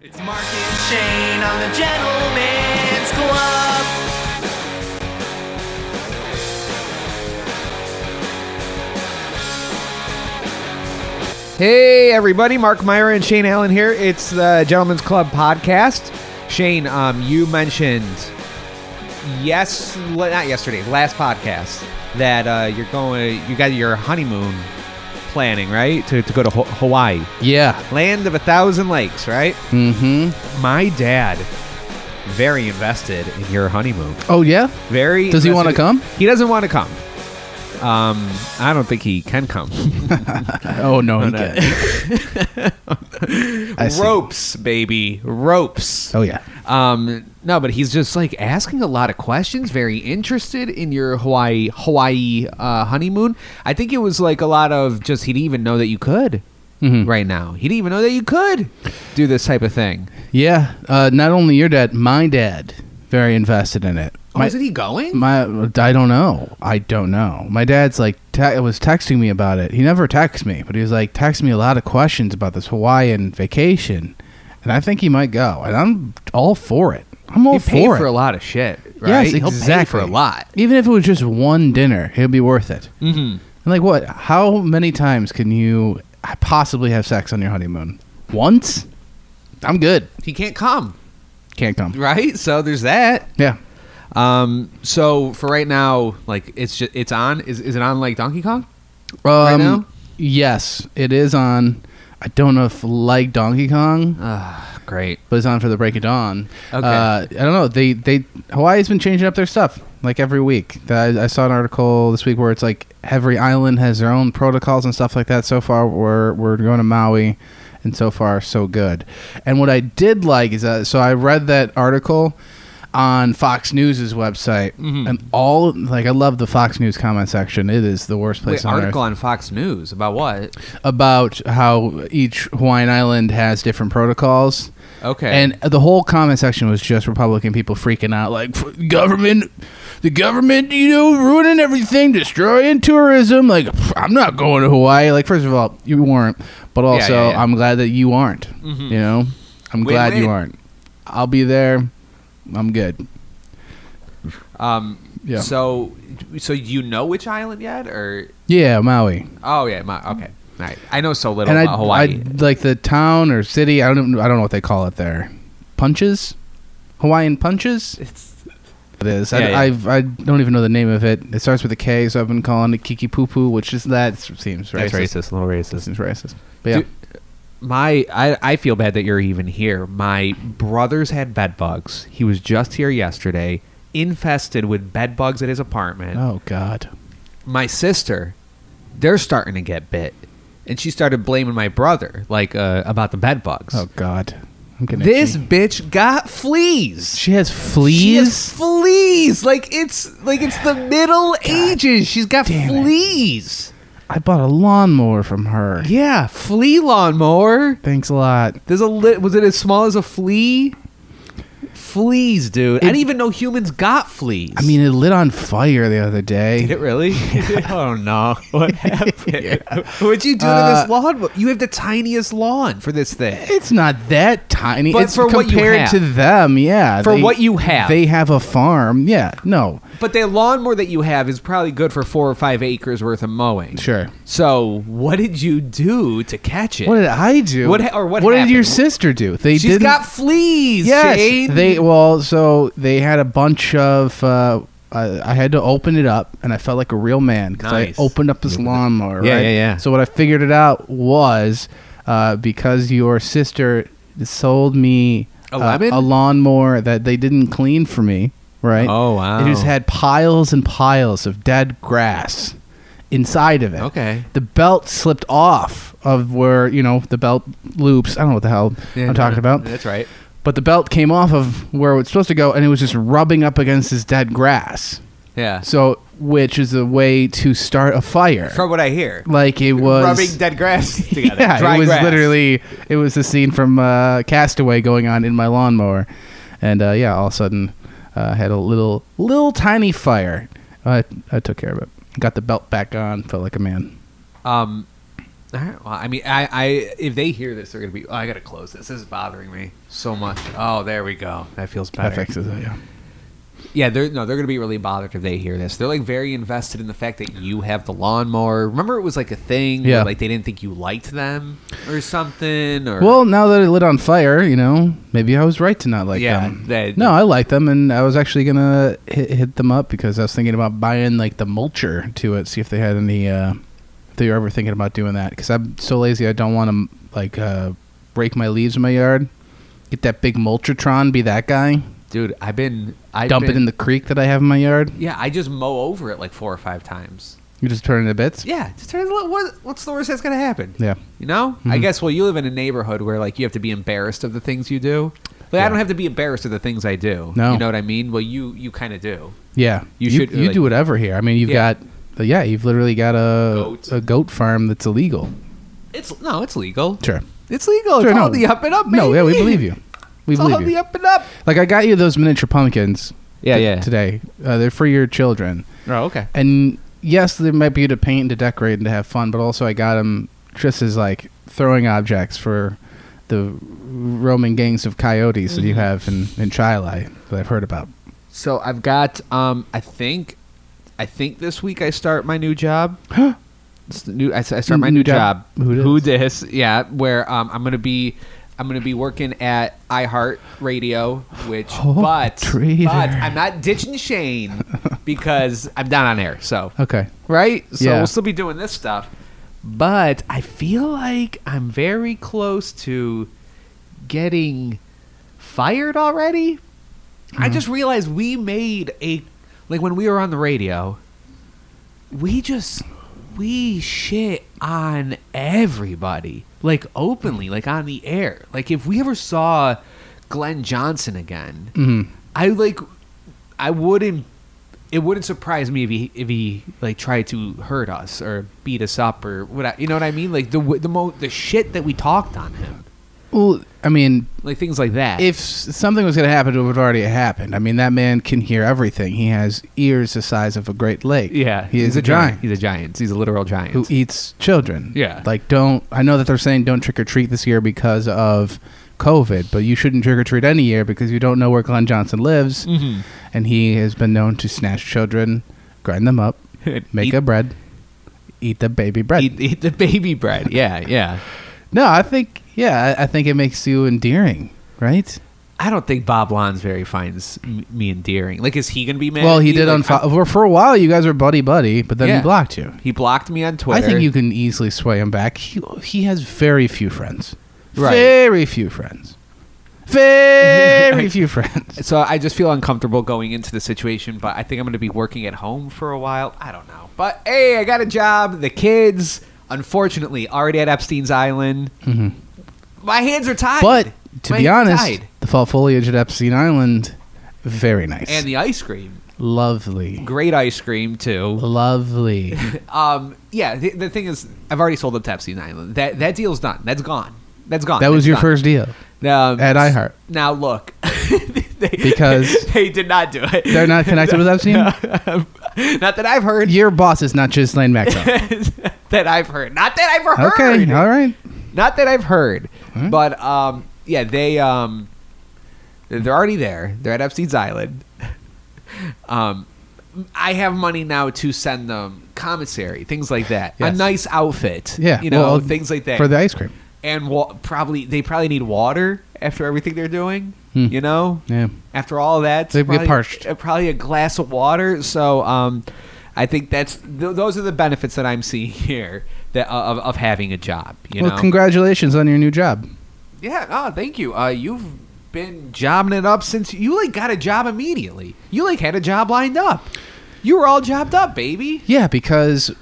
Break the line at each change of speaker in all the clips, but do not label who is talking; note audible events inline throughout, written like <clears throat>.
It's Mark and Shane on the Gentleman's Club.
Hey, everybody. Mark Meyer and Shane Allen here. It's the Gentlemen's Club podcast. Shane, um, you mentioned yes, le- not yesterday, last podcast that uh, you're going, you got your honeymoon planning, right? To, to go to Ho- Hawaii,
Yeah.
land of a thousand lakes, right?
Mm-hmm.
My dad, very invested in your honeymoon.
Oh yeah.
Very.
Does he
invested-
wanna come?
He doesn't want to come. Um, I don't think he can come.
Oh no, he
no.
can't.
<laughs>
I see.
ropes, baby, ropes.
Oh yeah.
Um, no, but he's just like asking a lot of questions. Very interested in your Hawaii Hawaii uh, honeymoon. I think it was like a lot of just he didn't even know that you could
Mm-hmm.
right now. He didn't even know that you could do this type of thing.
Yeah. Uh, not only your dad, my dad, very invested in it.
Oh,
my,
isn't he going?
my, I don't know. I don't know. My dad's like te- was texting me about it. He never texts me, but he was like texting me a lot of questions about this Hawaiian vacation, and I think he might go. And I'm all for it. I'm all
He paid
for
for,
it.
a lot of shit, right?
Yes,
He'll
exactly.
pay for a lot.
Even if it was just one dinner, it'd be worth it. Mm-hmm. And like what? How many times can you possibly have sex on your honeymoon? Once? I'm good.
He can't come,
Can't come.
right? So there's that.
Yeah.
Um, so for right now, like it's just it's on. Is is it on like Donkey Kong?
Um,
now?
Yes, it is on. I don't know if like Donkey Kong,
Ah, great.
but it's on for the break of dawn.
Okay.
Uh, I don't know. They they Hawaii's been changing up their stuff like every week. I, I saw an article this week where it's like every island has their own protocols and stuff like that. So far, we're we're going to Maui, and so far so good. And what I did like is that so I read that article on Fox News's website,
Mm-hmm.
and all like I love the Fox News comment section. It is the worst place
Wait,
on earth
article on Fox News about what?
about how each Hawaiian island has different protocols.
Okay.
And the whole comment section was just Republican people freaking out, like "F- government, the government, you know, ruining everything, destroying tourism. Like "Pff, I'm not going to Hawaii. Like first of all, you weren't, but also
yeah, Mm-hmm. yeah.
I'm glad that you aren't. You know, I'm
Win,
glad
win.
you aren't. I'll be there. I'm good.
um,
Yeah.
So, so you know which island yet, or
Yeah, Maui.
oh yeah, my, okay, all right. I know so little
and I,
about Hawaii.
I like the town or city. I don't. I don't know what they call it there. Punches, Hawaiian punches.
it's
It is.
Yeah,
I,
yeah.
I've, I don't even know the name of it. It starts with a K, so I've been calling it Kiki Poo Poo, which is that seems racist.
a little
Seems racist. But yeah,
Dude, my I, I feel bad that you're even here. My brother's had bed bugs. He was just here yesterday, infested with bed bugs at his apartment.
oh God.
my sister, they're starting to get bit, and she started blaming my brother like uh, about the bed bugs.
Oh God. I'm getting
This
itchy.
bitch got fleas.
She has fleas.
She has fleas. Like it's like it's the Middle Ages. She's got
damn it.
fleas.
I bought a lawnmower from her.
Yeah, flea lawnmower.
Thanks a lot.
There's a lit. Was it as small as a flea? Fleas, dude. I
It-
didn't even know humans got fleas.
I mean, it lit on fire the other day.
Did it
<laughs>
really? <laughs> oh no! What happened? What'd you do to
Uh,
this lawn? You have the tiniest lawn for this thing.
It's not that tiny.
But
it's
for what you
compared
have.
to them, yeah.
For what you have.
they have a farm. Yeah, no,
But the lawnmower that you have is probably good for four or five acres worth of mowing.
sure.
So what did you do to catch it?
What did I do?
What ha- or what
did your
happened?
sister do? They
She's
didn't.
got fleas.
yes,
Shane.
they well, so they had a bunch of. Uh, I, I had to open it up, and I felt like a real man because
Nice.
I opened up this lawnmower.
Yeah,
right?
yeah, yeah.
So what I figured it out was uh, because your sister sold me uh,
A lemon?
a lawnmower that they didn't clean for me. Right.
Oh, wow.
It just had piles and piles of dead grass inside of it.
Okay.
The belt slipped off of where, you know, the belt loops. I don't know what the hell
Yeah,
I'm talking about.
That's right.
But the belt came off of where it's supposed to go and it was just rubbing up against this dead grass.
Yeah.
So, which is a way to start a fire.
From what I hear,
like it was <laughs>
rubbing dead grass together.
yeah,
dry
it was
grass.
literally it was the scene from uh, Castaway going on in my lawnmower, and uh, yeah, all of a sudden uh, had a little little tiny fire. I I took care of it. Got the belt back on. Felt like a man.
Um, All right. Well, I mean, I, I if they hear this, they're gonna be. Oh, I gotta close this. This is bothering me so much. Oh, there we go. That feels better.
That fixes it. Yeah.
Yeah, they're no, they're gonna be really bothered if they hear this. They're like very invested in the fact that you have the lawnmower. Remember, it was like a thing. where,
Yeah.
like they didn't think you liked them or something. Or
Well, now that it lit on fire, you know, maybe I was right to not like
Yeah,
them.
that-
no, I liked them, and I was actually gonna hit, hit them up because I was thinking about buying like the mulcher to it, see if they had any. Uh, if they were ever thinking about doing that, because I'm so lazy, I don't want to like uh, break my leaves in my yard. Get that big mulchertron, be that guy,
dude, I've been I've
dump it in the creek that I have in my yard.
Yeah, I just mow over it like four or five times.
You just turn it to bits.
Yeah, just turn it. What, what's the worst that's gonna happen?
Yeah. Mm-hmm.
You know, I guess. Well, you live in a neighborhood where like you have to be embarrassed of the things you do. Like I
Yeah.
don't have to be embarrassed of the things I do.
No.
you know what I mean. Well, you you kind of do.
Yeah,
You should,
You
like-
do whatever here. I mean, you've
Yeah.
got, yeah, you've literally got a
Goats.
a goat farm that's illegal.
It's no, it's legal.
Sure.
It's legal.
Sure,
it's all
no.
the up and up.
No, yeah, we
baby.
believe you. We
it's all
believe
the
you.
up and up.
Like I got you those miniature pumpkins.
Yeah,
t-
yeah.
Today, uh, they're for your children.
Oh, okay.
And yes, they might be to paint and to decorate and to have fun, but also I got them just as like throwing objects for the roaming gangs of coyotes that you
Mm-hmm.
have in in Chile that I've heard about.
So I've got. Um, I think, I think this week I start my new
<gasps>
job. It's the new. I, s- I start my
New
new job.
job. Who dis?
dis? Yeah, where um, I'm gonna be. I'm gonna be working at iHeart Radio, which
Oh,
but
traitor.
but I'm not ditching Shane because I'm down on air. So
Okay.
right, so
Yeah.
we'll still be doing this stuff. But I feel like I'm very close to getting fired already. I just realized we made a like when we were on the radio, we just we shit on everybody like openly like on the air like if we ever saw glenn johnson again i like i wouldn't it wouldn't surprise me if he if he like tried to hurt us or beat us up or what I- you know what i mean like the w- the mo the shit that we talked on him
Well, I mean,
like things like that
if s- something was going to happen, it would have already happened. I mean, that man can hear everything. He has ears the size of a great lake.
yeah
he is a giant.
he's a giant he's a literal giant
who eats children.
Yeah.
Like don't I know that they're saying don't trick or treat this year because of COVID, but you shouldn't trick or treat any year because you don't know where Glenn Johnson lives
Mhm.
and he has been known to snatch children, grind them up,
<laughs>
make
Eat-
a bread, eat the baby bread.
eat, eat the baby bread yeah yeah
No, I think yeah, I, I think it makes you endearing, right?
I don't think Bob Lonsberry finds m- me endearing. Like, is he gonna be mad?
well,
at
he
me?
did
like,
unfollow
I'm-
for, for a while you guys were buddy buddy, but then
Yeah.
he blocked you.
He blocked me on Twitter.
I think you can easily sway him back. He, he has very few friends.
Right.
Very few friends.
<laughs>
Very few friends.
So I just feel uncomfortable going into the situation, but I think I'm gonna be working at home for a while. I don't know, but hey, I got a job. The kids, unfortunately, already at Epstein's Island. My hands are tied.
Mm-hmm. But to
My
be
hands are
honest,
tied.
the fall foliage at Epstein Island, very nice.
and the ice cream,
lovely.
great ice cream too. <laughs>
Lovely.
Um, yeah, the, the thing is, I've already sold up to Epstein's Island. That that deal's done. That's gone. That's gone.
that was
It's
your
done.
first deal.
Um,
At
s-
iHeart.
Now look, <laughs> they,
Because-
<laughs> they did not do it.
They're not connected with
<laughs>
Epstein?
not that I've heard.
Your boss is not
<laughs>
Ghislaine Maxwell.
that I've heard. Not that I've heard.
okay, all right. Mm-hmm.
Not that I've heard. But um, yeah, they um, they're already there. They're at Epstein's Island. <laughs> um, I have money now to send them commissary, things like that. A
Yes.
nice outfit.
Yeah.
you know,
well,
things like that
For the ice cream.
and wa- probably they probably need water after everything they're doing.
Hmm.
You know,
Yeah.
After all that, it's
They'd get
probably-
parched.
uh, Probably a glass of water. So, um, I think that's th- those are the benefits that I'm seeing <laughs> here that uh, of, of having a job. You
well,
know,
congratulations on your new job.
yeah. Oh, thank you. Uh, you've been jobbing it up since you like got a job immediately. You like had a job lined up. You were all jobbed up, baby.
Yeah, because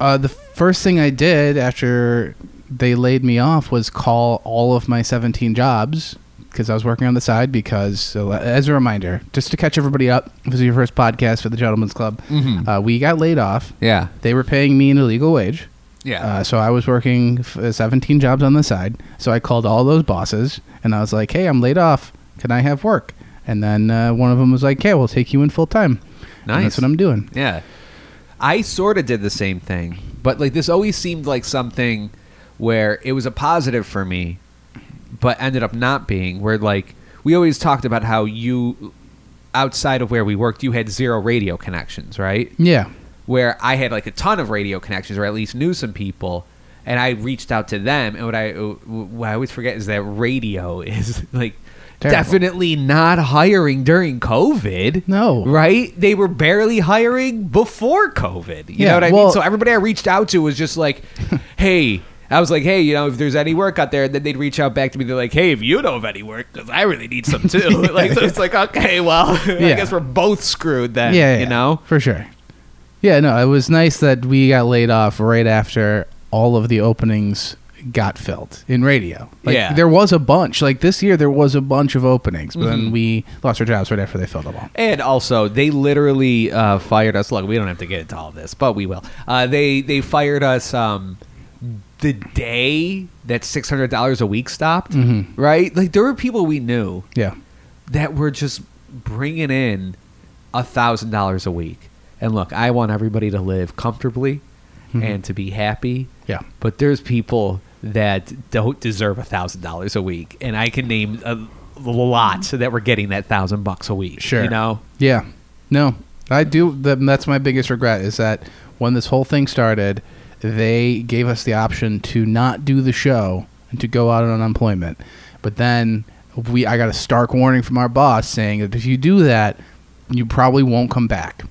uh, the first thing I did after they laid me off was call all of my 17 jobs because I was working on the side. Because, so, uh, as a reminder, just to catch everybody up, this is your first podcast for the Gentleman's Club. Uh, we got laid off.
Mm-hmm. Yeah.
They were paying me an illegal wage.
Yeah.
Uh, so I was working f- uh, 17 jobs on the side. So I called all those bosses and I was like, hey, I'm laid off. Can I have work? And then uh, one of them was like, okay, we'll take you in full time. And
Nice.
that's what I'm doing.
Yeah. I sort of did the same thing, but like this always seemed like something where it was a positive for me, but ended up not being. Where like we always talked about how you, outside of where we worked, you had zero radio connections, right?
Yeah.
where I had like a ton of radio connections, or at least knew some people, and I reached out to them. And what I uh, what I always forget is that radio <laughs> is like
Terrible.
definitely not hiring during COVID.
No.
right? They were barely hiring before COVID. You
Yeah,
know what I mean?
well-
So everybody I reached out to was just
<laughs>
like, hey. I was like, hey, you know, if there's any work out there, and then they'd reach out back to me. They're like, hey, if you know of any work, because I really need some too. <laughs> like, so it's like, okay, well, <laughs> I
Yeah.
guess we're both screwed then.
yeah, yeah,
you know.
for sure. Yeah, no, it was nice that we got laid off right after all of the openings got filled in radio. Like,
Yeah.
there was a bunch. Like this year, there was a bunch of openings, but
Mm-hmm.
then we lost our jobs right after they filled them all.
And also, they literally uh, fired us. Look, we don't have to get into all this, but we will. Uh, they they fired us um, the day that six hundred dollars a week stopped.
Mm-hmm.
Right? Like there were people we knew
Yeah,
that were just bringing in a thousand dollars a week. And look, I want everybody to live comfortably and to be happy.
Mm-hmm. Yeah.
But there's people that don't deserve a thousand dollars a week, and I can name a lot that were getting that thousand bucks a week.
sure.
You know.
Yeah, no, I do. th- That's my biggest regret is that when this whole thing started, they gave us the option to not do the show and to go out on unemployment. But then we, I got a stark warning from our boss saying that if you do that, you probably won't come back.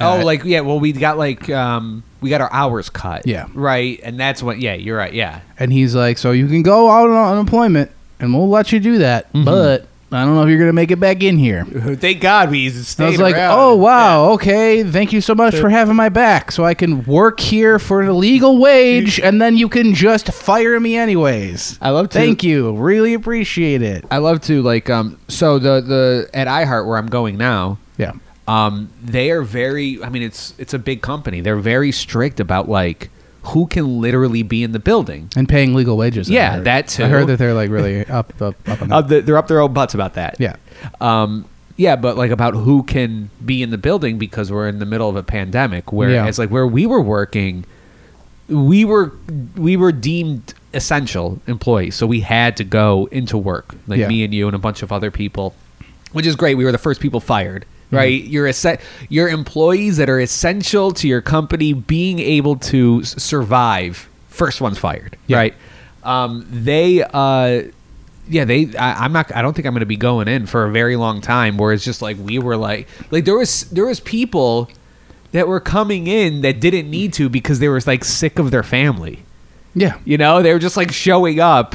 Oh,
Uh,
like yeah. Well, we got like um, we got our hours cut.
Yeah.
Right, and that's what. Yeah, you're right. Yeah.
And he's like, so you can go out on unemployment and we'll let you do that,
Mm-hmm.
but I don't know if you're gonna make it back
<laughs>
in here.
<laughs> Thank God we stayed.
I was like,
around.
oh wow, okay, thank you so much for having my back, so I can work here for a legal wage, and then you can just fire me anyways.
I love to-
Thank you, really appreciate it.
I love to like um. So the the at iHeart where I'm going now,
Yeah,
um, they are very. I mean, it's it's a big company. They're very strict about like who can literally be in the building.
and paying legal wages. I
Yeah,
heard.
that too. Uh,
I heard that they're
<laughs>
like really up, up, up on that.
Up the, they're up their own butts about that.
Yeah.
Um, yeah, but like about who can be in the building because we're in the middle of a pandemic. Where
Yeah.
it's like where we were working, we were we were deemed essential employees, so we had to go into work. Like
Yeah.
me and you and a bunch of other people, which is great. We were the first people fired.
Mm-hmm.
Right, your esse- your employees that are essential to your company being able to s- survive, first one's fired.
Yeah.
Right, um, they uh, yeah they I, i'm not i don't think i'm gonna be going in for a very long time where it's just like we were like like there was there was people that were coming in that didn't need to because they were like sick of their family
yeah.
you know they were just like showing up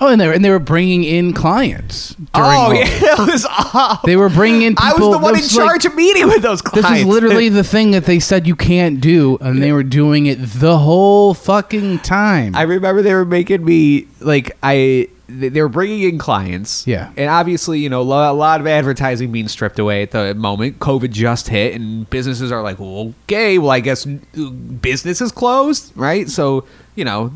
Oh, and they were, and they were bringing in clients. During
<laughs> oh
all-
yeah it was awful.
<laughs> They were bringing in people.
i was the one in
this, like,
charge of meeting with those
This
clients
is literally the thing that they said you can't do, and they were doing it the whole fucking time.
I remember they were making me like I they they were bringing in clients.
Yeah.
and obviously you know lo- a lot of advertising being stripped away at the moment. COVID just hit, and businesses are like, well, okay, well I guess uh, business is closed, right? So you know.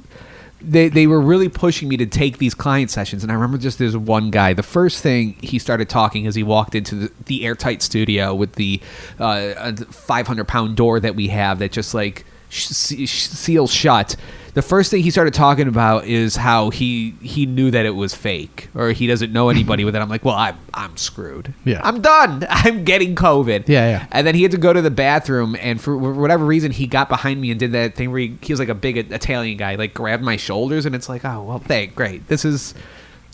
They, they were really pushing me to take these client sessions and i remember just this one guy the first thing he started talking as he walked into the, the airtight studio with the uh, uh, 500 pound door that we have that just like sh- sh- seals shut. The first thing he started talking about is how he he knew that it was fake, or he doesn't know anybody with it. I'm like, well, I'm I'm screwed.
Yeah.
I'm done. <laughs> I'm getting COVID.
Yeah, yeah.
And then he had to go to the bathroom, and for wh- whatever reason, he got behind me and did that thing where he, he was like a big Italian guy, like grabbed my shoulders, and it's like, oh well, thank, great, this is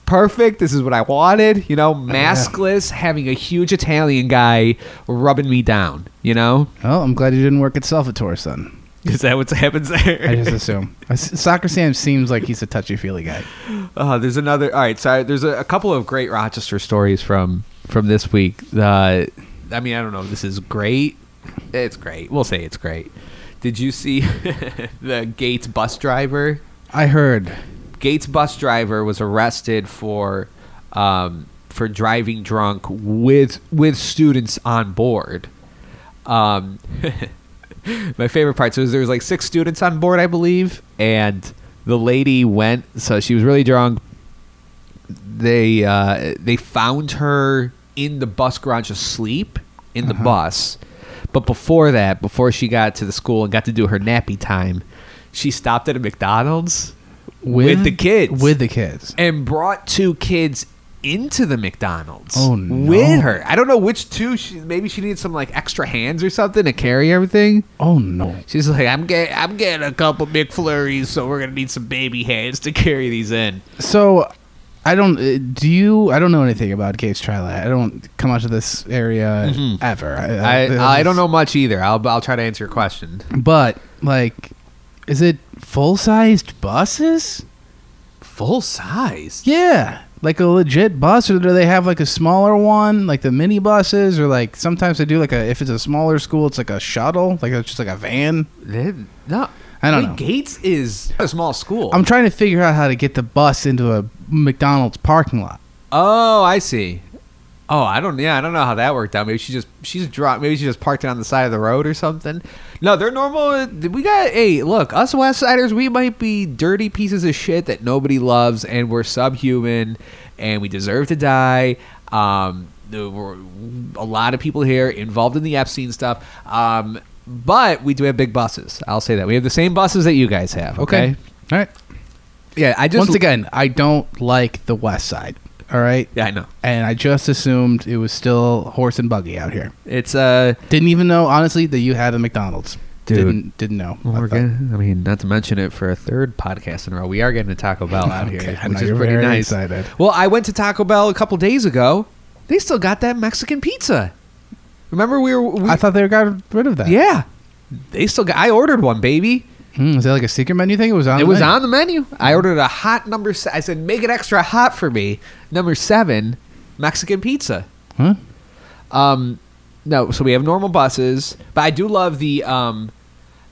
perfect. This is what I wanted. You know, maskless, having a huge Italian guy rubbing me down. You know,
Well, Oh, I'm glad you didn't work at Salvatore's then.
is that what happens there? <laughs>
I just assume. S- Soccer Sam seems like he's a touchy feely guy.
Uh, there's another. All right, so I, there's a, a couple of great Rochester stories from from this week. Uh, I mean, I don't know. if This is great. It's great. We'll say it's great. Did you see <laughs> the Gates bus driver?
I heard.
Gates bus driver was arrested for um, for driving drunk with with students on board. Um, <laughs> my favorite part so there was like six students on board, I believe, and the lady went. So she was really drunk. They uh, they found her in the bus garage asleep in
Uh-huh.
the bus. But before that, before she got to the school and got to do her nappy time, she stopped at a McDonald's
with,
the kids.
With the kids.
and brought two kids into the McDonald's
Oh, no.
with her. I don't know which two. She, maybe she needed some like extra hands or something to carry everything.
Oh no.
She's like, I'm getting, I'm getting a couple McFlurries, so we're gonna need some baby hands to carry these in.
So, I don't. uh, Do you? I don't know anything about Gates Trilad. I don't come out to this area ever.
Mm-hmm. I, I don't know much either. I'll, I'll try to answer your question.
But like, is it full sized buses?
Full size.
Yeah, like a legit bus, or do they have like a smaller one, like the mini buses, or like sometimes they do like a if it's a smaller school, it's like a shuttle, like it's just like a van.
No,
I don't
Wait,
know.
Gates is a small school.
I'm trying to figure out how to get the bus into a McDonald's parking lot.
oh, I see. Oh, I don't. Yeah, I don't know how that worked out. Maybe she just she's dropped. Maybe she just parked it on the side of the road or something. No, they're normal. We got. Hey, look, us West Siders, we might be dirty pieces of shit that nobody loves, and we're subhuman, and we deserve to die. Um, there were a lot of people here involved in the Epstein stuff. Um, but we do have big buses. I'll say that we have the same buses that you guys have. Okay.
all right.
Yeah, I just
Once again, I don't like the West Side. All right.
Yeah, I know.
And I just assumed it was still horse and buggy out here.
It's uh,
Didn't even know, honestly, that you had a McDonald's.
Dude.
Didn't, didn't know.
Well, we're
I thought-
getting, I mean, not to mention it for a third podcast in a row, we are getting a Taco Bell out
<laughs> Okay,
here,
I
which
know
is
you're
pretty
very
nice.
excited.
Well, I went to Taco Bell a couple days ago. They still got that Mexican pizza. Remember we were? We,
I thought they got rid of that.
yeah, they still got. I ordered one, baby.
Hmm, is that like a secret menu thing? It was on.
it
the
was
menu.
on the menu. I ordered a hot number. Se- I said, make it extra hot for me. Number seven, Mexican pizza.
Huh?
Um, no, so we have normal buses, but I do love the um,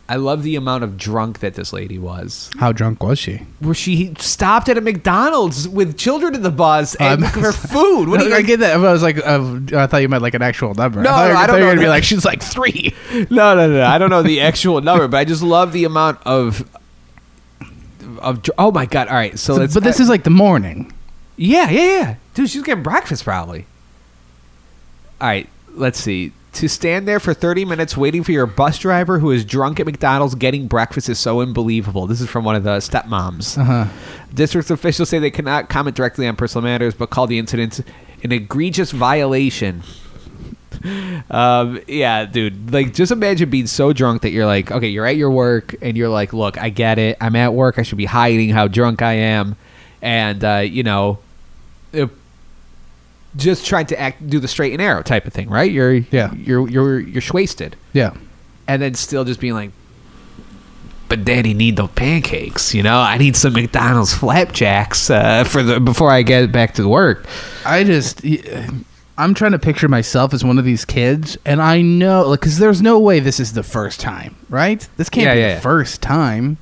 I love the amount of drunk that this lady was.
How drunk was she?
where she stopped at a McDonald's with children in the bus and
Um,
for food. What
No,
do you
<laughs> I get that. but I was like, uh, I thought you meant like an actual number.
No,
I thought, you-
no, I
thought
don't
you were
know
gonna be
that. <laughs>
like, she's like three.
No, no, no, no. I don't know the actual number, but I just love the amount of of. dr- Oh my god! All right, so, let's.
but this is like the morning.
yeah, yeah, yeah, dude. She's getting breakfast probably. All right, let's see. To stand there for 30 minutes waiting for your bus driver who is drunk at McDonald's getting breakfast is so unbelievable. This is from one of the stepmoms.
Uh-huh.
District officials say they cannot comment directly on personal matters, but call the incident an egregious violation. <laughs> Um, yeah, dude. Like, just imagine being so drunk that you're like, okay, you're at your work, and you're like, look, I get it. I'm at work. I should be hiding how drunk I am, and uh, you know, uh, just trying to act, do the straight and arrow type of thing, right? You're,
Yeah.
you're, you're, you're wasted,
Yeah.
and then still just being like, but daddy need those pancakes you know i need some mcdonald's flapjacks uh, for the before i get back to work
I just, I'm trying to picture myself as one of these kids, and I know, like, because there's no way this is the first time, right? This can't
Yeah,
be
yeah,
the
yeah.
first time.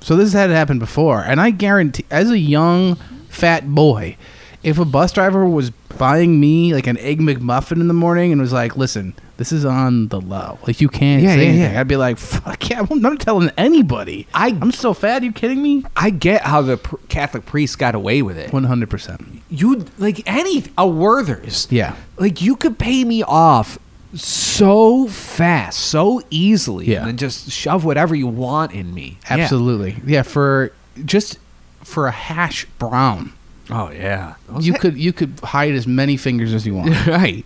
So this had happened before, and I guarantee, as a young fat boy, if a bus driver was buying me like an egg McMuffin in the morning and was like, "Listen, this is on the low. Like, you can't
Yeah,
say
yeah,
anything,"
yeah.
I'd be like, "Fuck yeah, I'm not telling anybody.
I-
I'm so fat. you kidding me?
i get how the pr- catholic priest got away with it
One hundred percent.
you like any a Werther's.
Yeah.
Like you could pay me off so fast, so easily,
Yeah.
and then just shove whatever you want in me. Yeah.
Absolutely. Yeah, for just for a hash brown.
Oh yeah.
You could you could hide as many fingers as you want.
<laughs> right.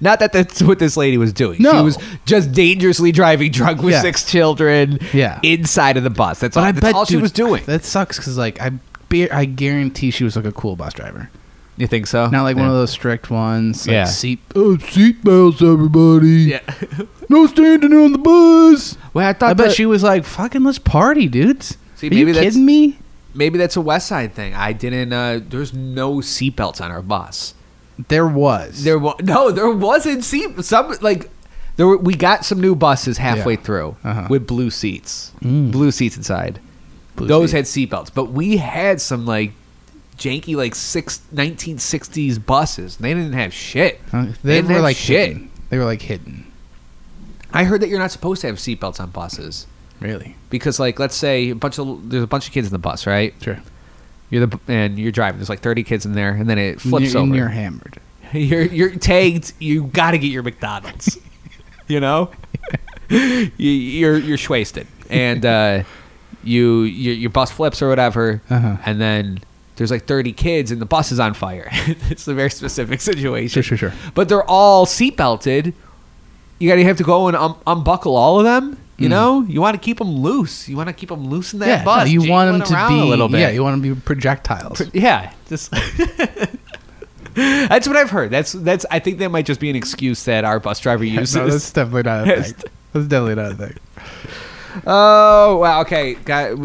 Not that that's what this lady was doing. She
No.
was just dangerously driving drunk with
Yeah.
six children
Yeah.
inside of the bus. That's all, that's all she
dude,
was doing.
That sucks because like I be- I guarantee she was like a cool bus driver,
You think so?
not like one of those strict ones. Like
Yeah.
Seat oh, seat belts, everybody.
Yeah.
<laughs> No standing on the bus.
Well, I thought
I bet
that-
she was like, "Fucking let's party, dudes."
See,
Are
maybe
you
that's-
kidding me?
maybe that's a West Side thing. I didn't. Uh, there's no seatbelts on our bus.
There was.
There was no, there wasn't seat. Some like there were, we got some new buses halfway
Yeah.
through
Uh-huh.
with blue seats,
Mm.
blue seats inside.
Blue
Those
seat.
had seatbelts, but we had some like janky like six, 1960s buses. and They didn't have shit.
Huh? they,
didn't
were
have
like
shit.
hidden. They were like hidden.
I heard that you're not supposed to have seatbelts on buses
Really?
because like let's say a bunch of there's a bunch of kids in the bus, right?
Sure.
You're the and you're driving. There's like 30 kids in there, and then it flips
you're,
over.
You're hammered.
You're you're tagged. You got to get your McDonald's.
<laughs>
you know, you, you're you're wasted, and uh, you, you your bus flips or whatever,
Uh-huh.
and then there's like 30 kids and the bus is on fire. <laughs> it's a very specific situation.
Sure, sure, sure.
But they're all seat belted. You gotta have to go and um, unbuckle all of them. You know, you want to keep them loose. You want to keep them loose in that
Mm. yeah,
bus.
no, you want
jangling
them to
around
be
a little bit.
Yeah, you want them to be projectiles.
<laughs> Yeah, just that's what I've heard. That's that's. I think that might just be an excuse that our bus driver uses. <laughs>
no, that's definitely not a
Yes.
thing. That's definitely not a <laughs> thing.
oh wow. Okay, got.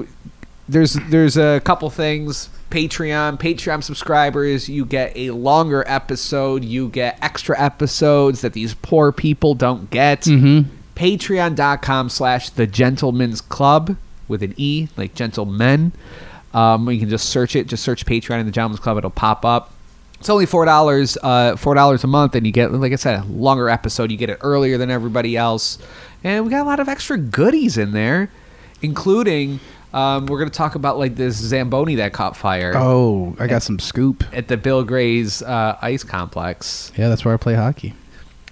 There's there's a couple things. Patreon, Patreon subscribers, you get a longer episode. You get extra episodes that these poor people don't get.
Mm-hmm.
Patreon.com slash The Gentleman's Club with an E, like gentlemen. Um, you can just search it. Just search Patreon and The Gentleman's Club. It'll pop up. It's only four dollars, uh, four dollars a month, and you get, like I said, a longer episode. You get it earlier than everybody else, and we got a lot of extra goodies in there, including um, we're going to talk about like this Zamboni that caught fire
Oh, I got some scoop.
at the Bill Gray's uh, ice complex,
Yeah, that's where I play hockey.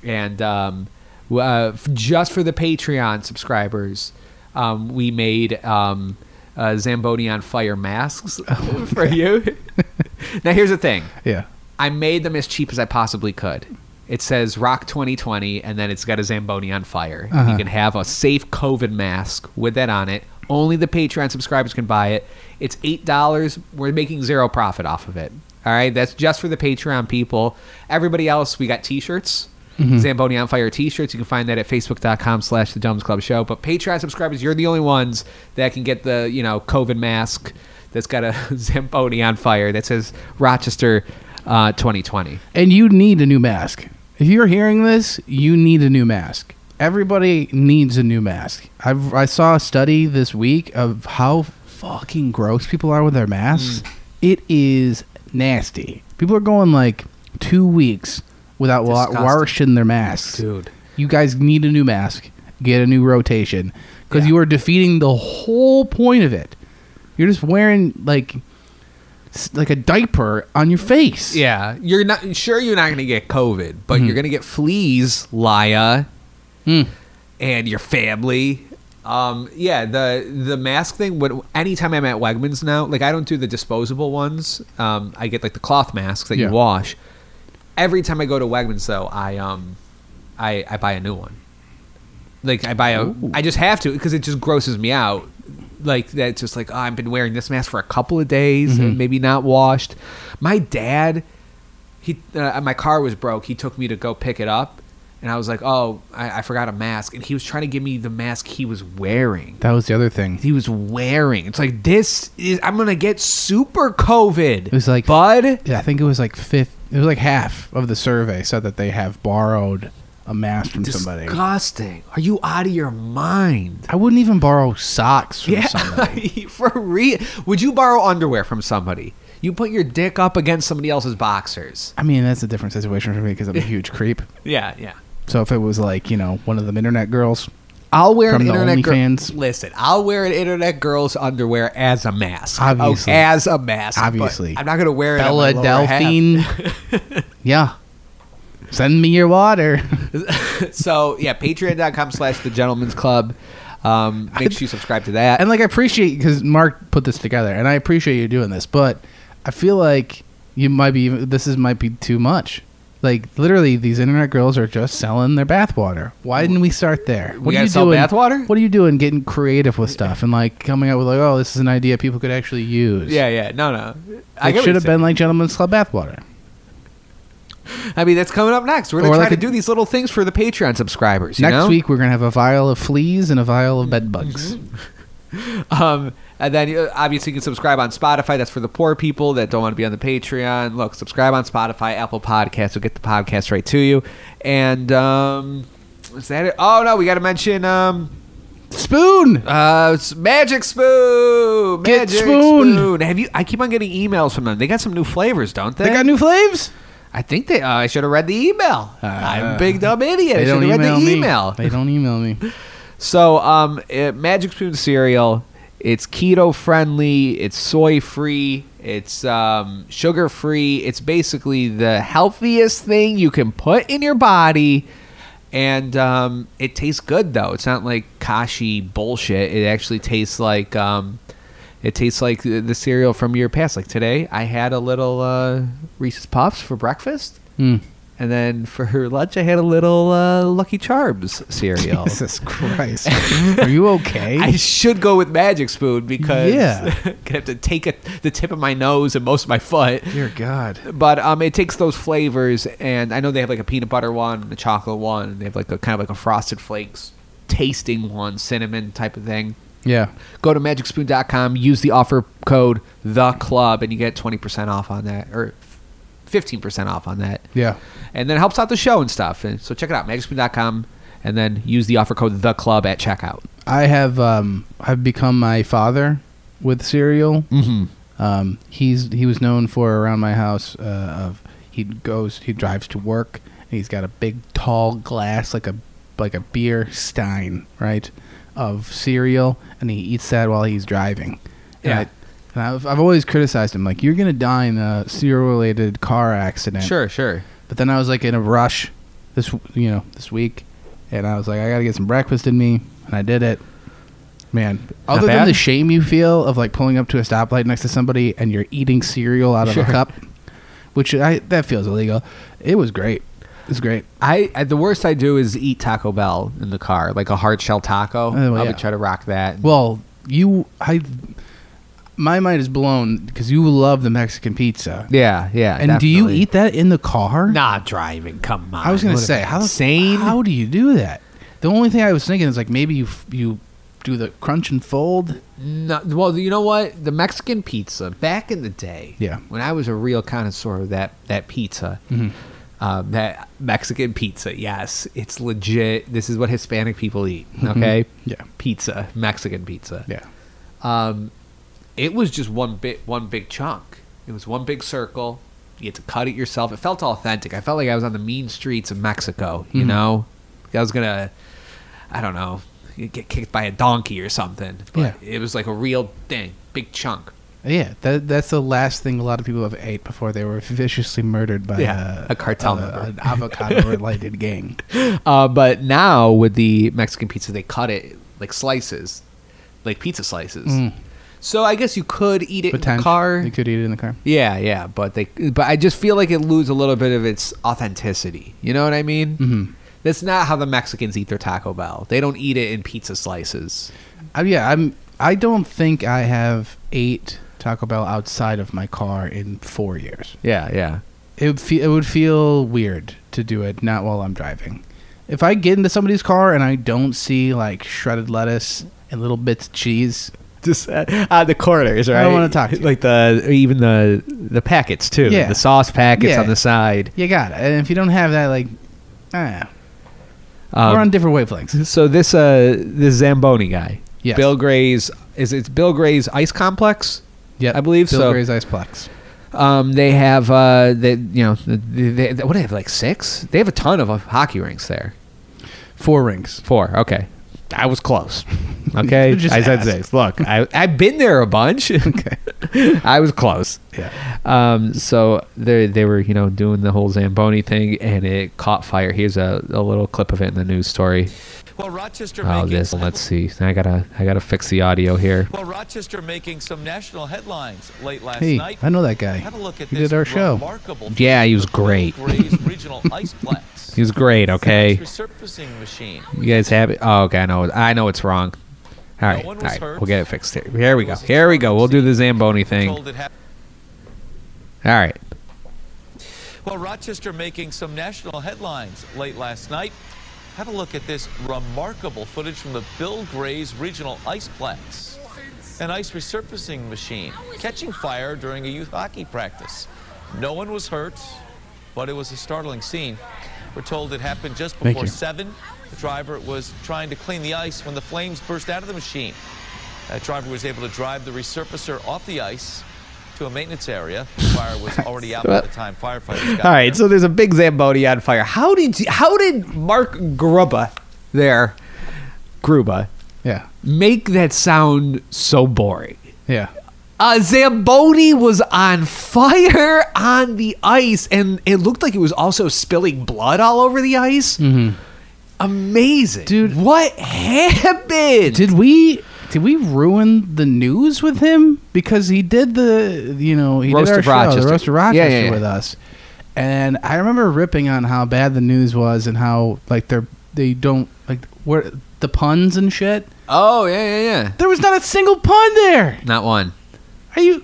and um, w- uh, f- just for the Patreon subscribers, um, we made um, uh, Zamboni on fire masks <laughs> for you. <laughs> now, here's the thing.
Yeah.
I made them as cheap as I possibly could. It says Rock 2020, and then it's got a Zamboni on fire.
Uh-huh.
You can have a safe COVID mask with that on it. Only the Patreon subscribers can buy it. It's $8. We're making zero profit off of it. All right. That's just for the Patreon people. Everybody else, we got t shirts. Zamboni on Fire t-shirts. You can find that at facebook.com slash the Dumbs Club Show. But Patreon subscribers, you're the only ones that can get the, you know, COVID mask that's got a <laughs> Zamboni on fire that says Rochester uh, 2020.
And you need a new mask. If you're hearing this, you need a new mask. Everybody needs a new mask. I've, I saw a study this week of how fucking gross people are with their masks.
Mm.
It is nasty. People are going like two weeks without wa-
Disgusting.
washing their masks.
Dude.
You guys need a new mask. Get a new rotation because
Yeah.
you are defeating the whole point of it. You're just wearing like s- like a diaper on your face.
Yeah. You're not sure you're not going to get COVID, but you're going to get fleas, Laya,
Mm.
and your family. Um, yeah, the the mask thing. When anytime I'm at Wegmans now, like I don't do the disposable ones. Um, I get like the cloth masks that
Yeah.
you wash. Every time I go to Wegmans, though, I um, I I buy a new one. Like I buy a, I just have to because it just grosses me out. Like that's just like oh, I've been wearing this mask for a couple of days and maybe not washed. My dad, he uh, my car was broke. He took me to go pick it up, and I was like, oh, I, I forgot a mask, and he was trying to give me the mask he was wearing.
That was the other thing.
He was wearing. It's like this is I'm gonna get super COVID. It
was like-
bud.
Yeah, I think it was like fifth. It was like half of the survey said that they have borrowed a mask from somebody.
Disgusting. Are you out of your mind?
I wouldn't even borrow socks
<laughs>
from
Yeah,
somebody.
for real. Would you borrow underwear from somebody? You put your dick up against somebody else's boxers.
I mean, that's a different situation for me because I'm a huge creep.
Yeah, yeah.
So if it was like you know one of them internet girls,
I'll wear
From
an
the
internet
OnlyFans?
Listen, I'll wear an internet girl's underwear as a mask.
Obviously.
Oh, as a mask. but
Obviously.
I'm not gonna wear it. on my
Bella
lower half.
Delphine. yeah, send me your water.
<laughs> so yeah, patreon.com slash the gentleman's club. Um, make sure you subscribe to that.
and like I appreciate because Mark put this together, and I appreciate you doing this, but I feel like you might be this is might be too much. Like literally, these internet girls are just selling their bathwater. Why didn't we start there? What
gotta sell bathwater?
What are you doing? Getting creative with stuff and like coming up with like, oh, this is an idea people could actually use.
yeah, yeah. No, no. I get what
it should
you're
have been like Gentlemen's Club bathwater.
saying. I mean, that's coming up next. We're gonna
Or
try
like
to
a-
do these little things for the Patreon subscribers. You
Next
know? Mm-hmm.
week we're gonna have a vial of fleas and a vial of bed bugs.
Um, and then uh, obviously you can subscribe on Spotify. That's for the poor people that don't want to be on the Patreon. Look, subscribe on Spotify, Apple Podcasts. We'll get the podcast right to you. And um, is that it? Oh no, we got to mention um,
Spoon.
uh, it's Magic Spoon.
Get
Magic
spooned.
Have you? I keep on getting emails from them. They got some new flavors, don't they?
They got new flavors.
I think they. Uh, I should have read the email. I'm a big dumb idiot. I
They
should
don't
have read
email
the
me.
email.
They don't
<laughs>
email me.
So, um, it, Magic Spoon cereal, it's keto friendly, it's soy free, it's um, sugar free. It's basically the healthiest thing you can put in your body, and um, it tastes good though. It's not like Kashi bullshit. It actually tastes like um, it tastes like the the cereal from your past. Like today, I had a little uh, Reese's Puffs for breakfast,
Mm.
and then for <laughs> lunch, I had a little uh, Lucky Charms
<laughs>
cereal.
Jesus <laughs> Christ. Are you okay?
I should go with magic spoon because <laughs>
Yeah.
I'm gonna have to take a, the tip of my nose and most of my foot.
Dear God.
But um, it takes those flavors, and I know they have like a peanut butter one, and a chocolate one, and they have like a kind of like a frosted flakes tasting one, cinnamon type of thing.
Yeah.
Go to magicspoon.com, use the offer code the club, and you get twenty percent off on that, or fifteen percent off on that.
Yeah.
and then it helps out the show and stuff. And so check it out, magicspoon.com, and then use the offer code the club at checkout.
I have um I've become my father with cereal.
Mm-hmm.
Um, he's he was known for around my house. Uh, of he goes he drives to work and he's got a big tall glass like a like a beer stein right of cereal and he eats that while he's driving. And
Yeah.
I, and I've, I've always criticized him like you're gonna die in a cereal related car accident.
Sure, sure.
But then I was like in a rush this you know this week, and I was like I gotta get some breakfast in me, and I did it. Man,
Not
other than
bad.
the shame you feel of like pulling up to a stoplight next to somebody and you're eating cereal out of
Sure.
a cup, which I that feels illegal. It was great. It was great.
I, I the worst I do is eat Taco Bell in the car, like a hard shell taco.
Oh,
I
yeah.
would try to rock that.
Well, you I my mind is blown because you love the Mexican pizza.
yeah, yeah.
and do you
definitely.
eat that in the car?
Not driving. Come on.
I was gonna
What am
say how the-
insane.
How do you do that? The only thing I was thinking is like maybe you f- you do the crunch and fold.
No, well, you know what? The Mexican pizza back in the day.
Yeah. Mm-hmm.
When I was a real connoisseur of that that pizza, um, that Mexican pizza. Yes, it's legit. This is what Hispanic people eat. Okay.
Mm-hmm. Yeah.
Pizza, Mexican pizza.
Yeah.
um, it was just one bit, one big chunk. It was one big circle. You had to cut it yourself. It felt authentic. I felt like I was on the mean streets of Mexico. You know, I was gonna, I don't know, get kicked by a donkey or something. But it was like a real thing, big chunk. <gasps>
Yeah, that that's the last thing a lot of people have ate before they were viciously murdered by uh,
Yeah, a cartel member.
an avocado
<laughs>
related gang.
Uh, but now with the Mexican pizza, they cut it like slices, like pizza slices.
Mm.
So I guess you could eat it
But
in
time
the car.
you could eat it in the car.
Yeah, yeah, but they, but I just feel like it loses a little bit of its authenticity. You know what I mean? Mm-hmm. That's not how the Mexicans eat their Taco Bell. They don't eat it in pizza slices.
Uh, yeah, I'm. I don't think I have ate Taco Bell outside of my car in four years.
Yeah, yeah,
It would feel it would feel weird to do it not while I'm driving. If I get into somebody's car and I don't see like shredded lettuce and little bits of cheese,
just uh, on the corners, right?
I don't wanna talk to you.
like the even the the packets too.
Yeah.
the sauce packets
Yeah.
on the side.
you got it. And if you don't have that, like, ah,
Um,
we're on different wavelengths.
so this uh this Zamboni guy,
Yes.
Bill Gray's is it's Bill Gray's Ice Complex.
Yeah,
I believe
Bill
so.
Gray's Iceplex.
Um, they have uh, they you know they, they, what do they have like six? They have a ton of uh, hockey rinks there.
Four rings.
Four. Okay, I was close. <laughs> Okay,
<laughs> Just
I said
ask.
six. Look, I I've been there a bunch. <laughs> Okay, I was close.
<laughs> Yeah.
Um, so they they were you know doing the whole Zamboni thing, and it caught fire. Here's a, a little clip of it in the news story.
Well, Rochester
Oh,
making
this. Let's see. I gotta I gotta fix the audio here.
Well, Rochester making some national headlines late last
Hey,
night.
I know that guy.
Have a look at
He
this
did our show.
remarkable
Yeah, he was
photo of
great.
Gray's
<laughs>
regional iceplex.
He was great. Okay,
Resurfacing machine.
You guys have it. Oh, okay. I know. I know it's wrong. All right, all
one was
right.
hurt.
We'll get it fixed. Here, here we
It
go.
was a
Here we go. We'll do the Zamboni thing. All
Told it happened.
right.
Well, Rochester making some national headlines late last night. Have a look at this remarkable footage from the Bill Gray's regional iceplex. An ice resurfacing machine catching fire during a youth hockey practice. No one was hurt, but it was a startling scene. We're told it happened just
Thank
before
you.
7. The driver was trying to clean the ice when the flames burst out of the machine. That driver was able to drive the resurfacer off the ice to a maintenance area. The fire was already out by the time firefighters got
All
there.
right. So there's a big Zamboni on fire. How did you, how did Mark Gruba there Gruba
Yeah.
make that sound so boring?
Yeah.
Uh, Zamboni was on fire on the ice, and it looked like it was also spilling blood all over the ice. amazing,
Mm-hmm. Dude.
What happened?
Did we did we ruin the news with him because he did the you know he
Roast
did our
of
show,
Rochester.
the roast of
Yeah,
Rochester
yeah, yeah.
with us, and I remember ripping on how bad the news was and how like they're they don't like where the puns and shit.
oh yeah, yeah, yeah.
There was not a single pun there.
Not one.
Are you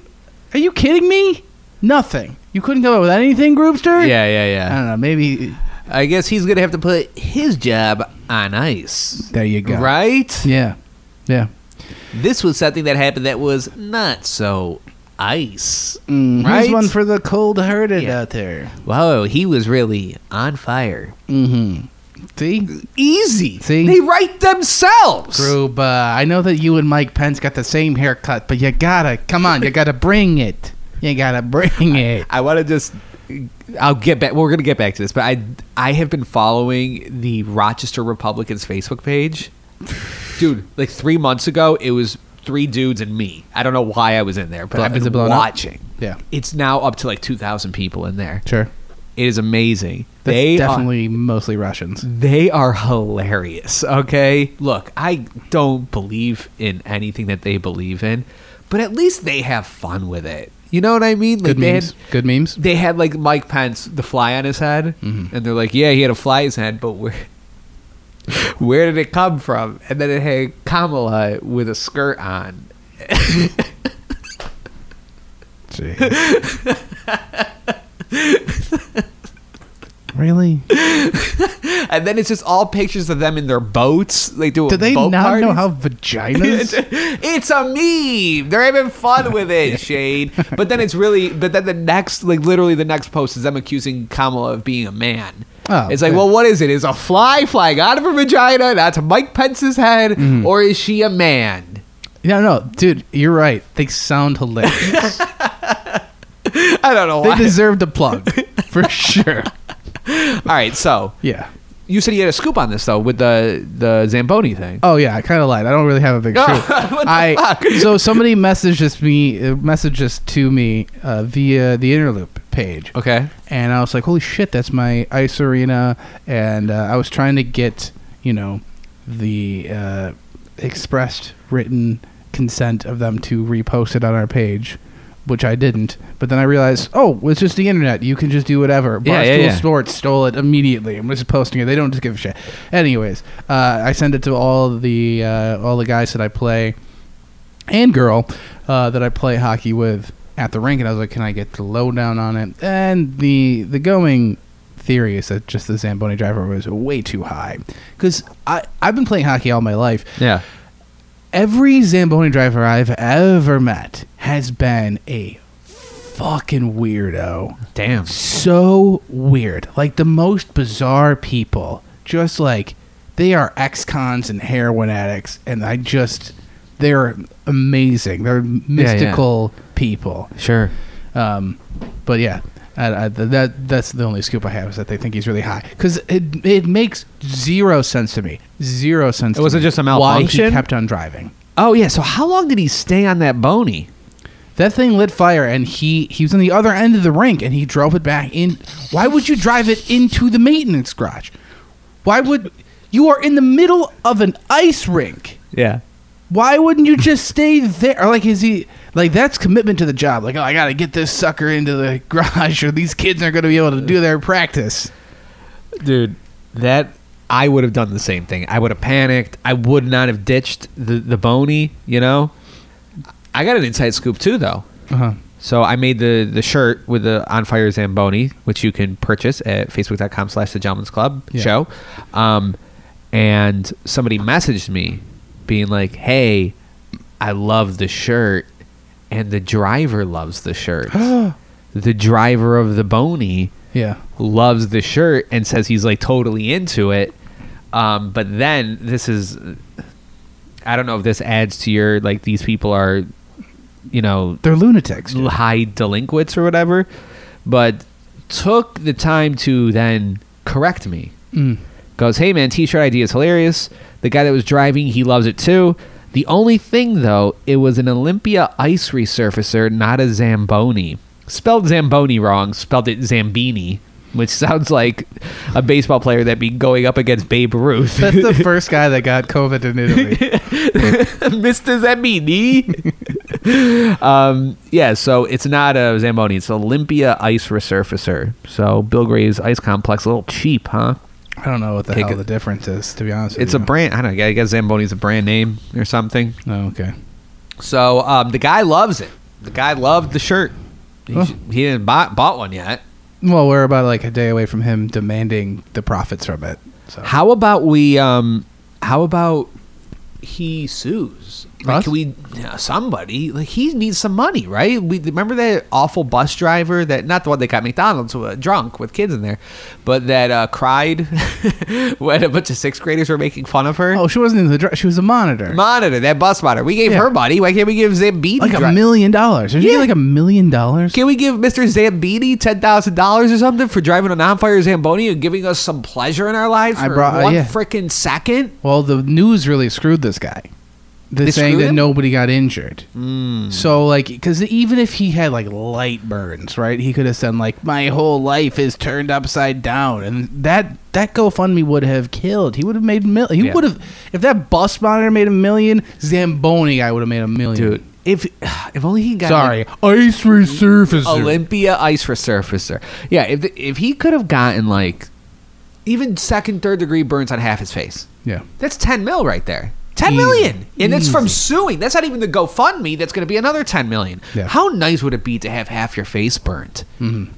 are you kidding me? Nothing. You couldn't come up with anything, Groupster.
Yeah, yeah,
I
yeah.
don't know. Maybe
I guess he's gonna have to put his job on ice,
there you go.
right?
Yeah. Yeah.
This was something that happened that was not so ice.
Mm,
Right?
Here's one for the cold-hearted
Yeah.
out there.
Wow, he was really on fire.
Mm-hmm. See,
Easy.
See?
They write themselves.
Groob, uh, I know that you and Mike Pence got the same haircut, but you gotta come on, you gotta bring it. You gotta bring it.
I want to just. I'll get back. We're gonna get back to this, but I I have been following the Rochester Republicans Facebook page, dude. Like three months ago, it was three dudes and me. I don't know why I was in there, but
Blo-
I've
is it
been
blown up?
watching.
Yeah.
it's now up to like two thousand people in there.
Sure,
It is amazing.
That's
they are-
definitely mostly Russians.
they are hilarious. Okay, look, I don't believe in anything that they believe in, but at least they have fun with it. You know what I mean? Like
Good
they
memes.
had-
Good memes. Mm-hmm.
they had like Mike Pence the fly on his head, and they're like, "Yeah, he had a fly on his head, but where, <laughs> where did it come from?" And then it had Kamala with a skirt on.
really?
And then it's just all pictures of them in their boats. They do.
Do they
boat
not know
parties. <laughs>
how vaginas?
it's a meme. They're having fun with it, Shane. But then it's really. But then the next, like literally, the next post is them accusing Kamala of being a man.
Oh,
it's like,
yeah.
well, what is it? Is a fly flying out of her vagina that's Mike Pence's head, or is she a man? <laughs>
no, no, dude, you're right. They sound
<laughs>
hilarious.
I don't know
they
why.
deserved a plug for sure.
All right, so
Yeah.
you said you had a scoop on this though with the the Zamboni thing.
Oh yeah, I kind of lied. I don't really have a big truth.
<laughs> What the
I
fuck?
so somebody messages me, uh, messages to me uh, via the Interloop page.
Okay.
and I was like, "Holy shit, that's my ice arena!" And uh, I was trying to get, you know, the uh, expressed written consent of them to repost it on our page, which I didn't. But then I realized, oh, it's just the internet; you can just do whatever.
Yeah,
Barstool
yeah, yeah.
Sports stole it immediately and was just posting it. They don't just give a shit. Anyways, uh, I sent it to all the uh, all the guys that I play and girl uh, that I play hockey with at the rink, and I was like, "Can I get the lowdown on it?" And the the going theory is that just the Zamboni driver was way too high because I I've been playing hockey all my life.
Yeah.
Every Zamboni driver I've ever met has been a fucking weirdo
Damn.
so weird. Like the most bizarre people, just like they are ex cons and heroin addicts, and I just they're amazing. They're mystical people.
Sure.
Um, but yeah, I, I, th- that that's the only scoop I have is that they think he's really high because it it makes zero sense to me. Zero sense.
It wasn't
to me
just a
Why
malfunction?
he kept on driving.
Oh yeah. So how long did he stay on that bony?
That thing lit fire, and he he was on the other end of the rink, and he drove it back in. Why would you drive it into the maintenance garage? Why would you are in the middle of an ice rink?
Yeah.
Why wouldn't you just stay there? Or like, is he like that's commitment to the job? Like, oh, I gotta get this sucker into the <laughs> garage, or these kids aren't gonna be able to do their practice.
dude that i would have done the same thing i would have panicked i would not have ditched the, the bony you know i got an inside scoop too though
Uh-huh.
so i made the the shirt with the on fire zamboni which you can purchase at facebook.com slash the gentleman's club
Yeah.
show um, and somebody messaged me being like hey i love the shirt and the driver loves the
<gasps>
shirt the driver of the bony
Yeah.
loves the shirt and says he's like totally into it. Um, but then this is, I don't know if this adds to your like these people are, you know,
They're lunatics. dude.
high delinquents or whatever, but took the time to then correct me.
Mm.
Goes, hey man, t-shirt idea is hilarious. The guy that was driving, he loves it too. The only thing though, it was an Olympia ice resurfacer, not a Zamboni. Spelled Zamboni wrong. Spelled it Zambini. which <laughs> sounds like a baseball player that'd be going up against Babe Ruth. <laughs>
That's the first guy that got COVID in Italy.
Mr. Zambini. <laughs> um, yeah, so it's not a Zamboni. It's Olympia Ice Resurfacer. So Bill Gray's Ice Complex, a little cheap, huh?
I don't know what the
Take
hell
it.
the difference is, to be honest.
It's a
with
brand. I don't know. I guess Zamboni's a brand name or something.
you. Oh, okay.
So um, the guy loves it. The guy loved the shirt. He,
Huh.
he didn't bought, bought one yet.
Well, we're about like a day away from him demanding the profits from it. So
How about we? Um, how about he sues? Like,
Us?
can we? yeah, Somebody like he needs some money, right? We remember that awful bus driver that not the one that got McDonald's uh, drunk with kids in there, but that uh, cried <laughs> when a bunch of sixth graders were making fun of her.
Oh, she wasn't in the. Dr- she was a monitor.
Monitor that bus monitor. We gave
Yeah.
her money. Why can't we give Zambini
like
dri-
a million dollars. Did
Yeah.
you get like a million dollars?
Can we give Mr. Zambini ten thousand dollars or something for driving an on-fire Zamboni and giving us some pleasure in our lives
I
for
brought- uh,
one
yeah.
frickin' second?
Well, the news really screwed this guy. They're
They
saying
screwed
that
him? Hmm.
nobody got injured. So, like, because even if he had like light burns, right, he could have said like, "My whole life is turned upside down," and that that GoFundMe would have killed. He would have made mil. He
Yeah.
would have if that bus monitor made a million. Zamboni guy would have made a million.
dude. If if only he got
Mm. sorry,
like,
ice resurfacer.
Olympia ice resurfacer. Yeah, if if he could have gotten like even second, third degree burns on half his face,
yeah,
that's ten mil right there. Ten
Easy.
million, and it's from
Easy.
suing. That's not even the GoFundMe. That's going to be another ten million.
Yeah.
How nice would it be to have half your face burnt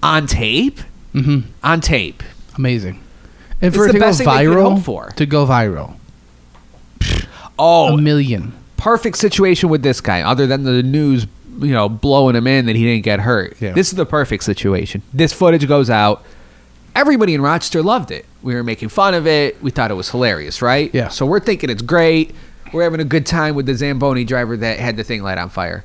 on tape? Mm-hmm. On tape.
amazing. And
It's
for it
the
to go
best thing they could
viral,
hope for.
to go viral,
Oh,
a million.
perfect situation with this guy, other than the news, you know, blowing him in that he didn't get hurt.
Yeah.
This is the perfect situation. This footage goes out. Everybody in Rochester loved it. We were making fun of it. We thought it was hilarious, right?
Yeah.
So we're thinking it's great. We're having a good time with the Zamboni driver that had the thing light on fire.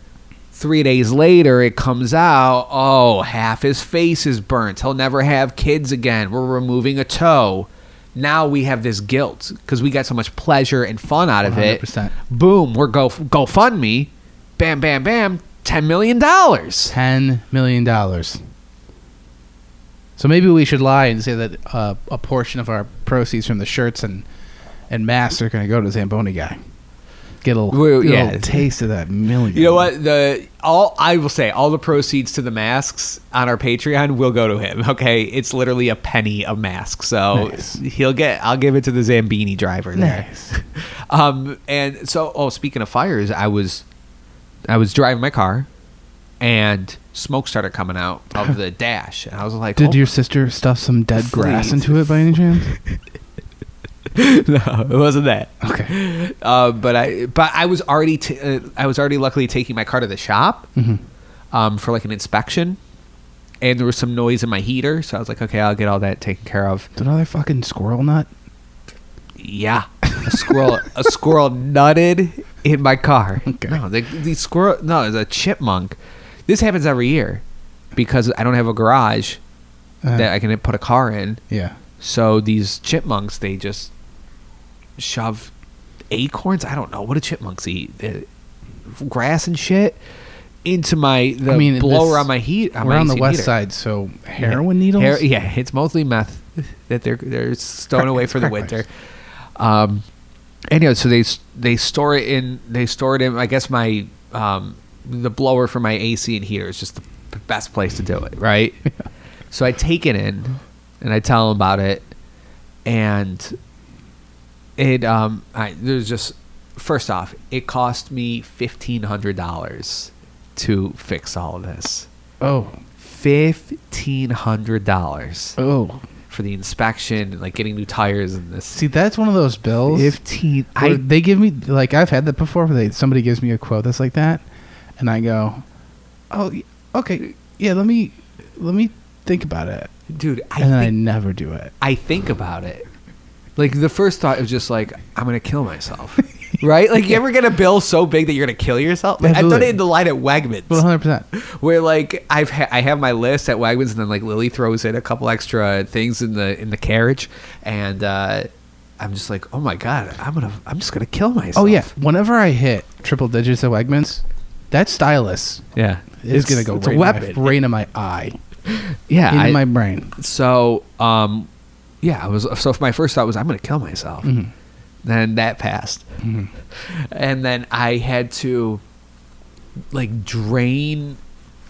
Three days later, it comes out. Oh, half his face is burnt. He'll never have kids again. We're removing a toe. Now we have this guilt because we got so much pleasure and fun out of it
100%.
boom, we're go GoFundMe, bam, bam, bam, ten million dollars.
ten million dollars. So maybe we should lie and say that uh, a portion of our proceeds from the shirts and and masks are going to go to Zamboni guy. Get a little,
Well,
get a
yeah.
little taste of that million.
You know what? The all I will say, all the proceeds to the masks on our Patreon will go to him. Okay, it's literally a penny a mask, so
Nice.
he'll get. I'll give it to the Zambini driver. There.
Nice.
<laughs> um, and so, oh, speaking of fires, I was, I was driving my car, and smoke started coming out of the dash, and I was like,
Did
oh
your sister stuff some dead grass
Please.
into it by any chance?
<laughs> no, it wasn't that.
Okay.
Uh, but I but I was already t- uh, I was already luckily taking my car to the shop
Mm-hmm.
um, for like an inspection, and there was some noise in my heater, so I was like, okay, I'll get all that taken care of.
Did another fucking squirrel nut?
Yeah, a squirrel a squirrel nutted in my car.
Okay.
No, the, the squirrel no, it's a chipmunk. This happens every year because I don't have a garage
Uh,
that I can put a car in.
yeah.
So these chipmunks, they just shove acorns. I don't know what do chipmunks eat? Uh, grass and shit into my the
I mean,
blower
this-
on my heat.
We're
my
on the
AC
west
heater.
side, so heroin needles.
Hair- yeah, it's mostly meth that they're they're stowing
Crack-
away
it's
for the
crack pipes.
winter. Um, anyhow, so they s- they store it in they store it in. I guess my um, the blower for my AC and heater is just the p- best place to do it,
<laughs>
right? So I take it in and I tell them about it, and it um I, there's just first off it cost me fifteen hundred dollars to fix all of this.
Oh.
Fifteen hundred dollars
Oh.
for the inspection and like getting new tires and this.
See, that's one of those bills.
Fifteen.
I,
I
they give me like I've had that before. Where they somebody gives me a quote that's like that, and I go, "Oh, y- okay, yeah. Let me let me think about it."
dude, I
And then I
think,
never do it.
I, think about it. Like the first thought was just like I'm gonna kill myself, <laughs> right? Like you ever get a bill so big that you're gonna kill yourself? Like, I've done
Absolutely.
it in the line at Wegmans.
One hundred percent.
where like I've ha- I have my list at Wagmans, and then like Lily throws in a couple extra things in the in the carriage, and uh, I'm just like, oh my god, I'm gonna I'm just gonna kill myself.
Oh yeah. Whenever I hit triple digits at Wegmans, that stylus
yeah,
is gonna go
it's
right
a
in my-
weapon.
right into my eye.
yeah,
into
I-
my brain.
so um, yeah, I was so my first thought was I'm going to kill myself.
Mm-hmm.
Then that passed, and then I had to like drain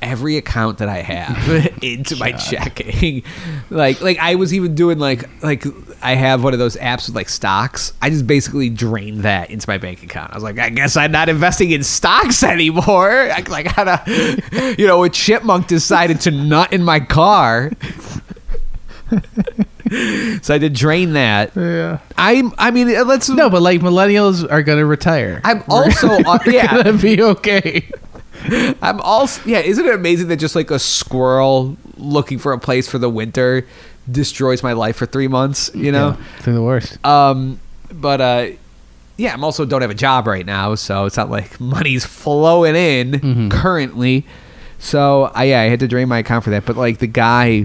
every account that I have <laughs> into my checking. like like I was even doing like like I have one of those apps with like stocks. I just basically drained that into my bank account. I was like, I guess I'm not investing in stocks <laughs> anymore. I, I gotta you know, a chipmunk decided to nut in my car. <laughs> so I did drain that.
Yeah.
I I mean let's
No, but like millennials are gonna retire.
I'm also
<laughs>
uh,
We're
yeah.
gonna be okay.
I'm also yeah. Isn't it amazing that just like a squirrel looking for a place for the winter destroys my life for three months? You know.
Yeah, they're the worst.
Um, but uh, yeah, I'm also don't have a job right now, so it's not like <laughs> money's flowing in currently. So I yeah, I had to drain my account for that. But like the guy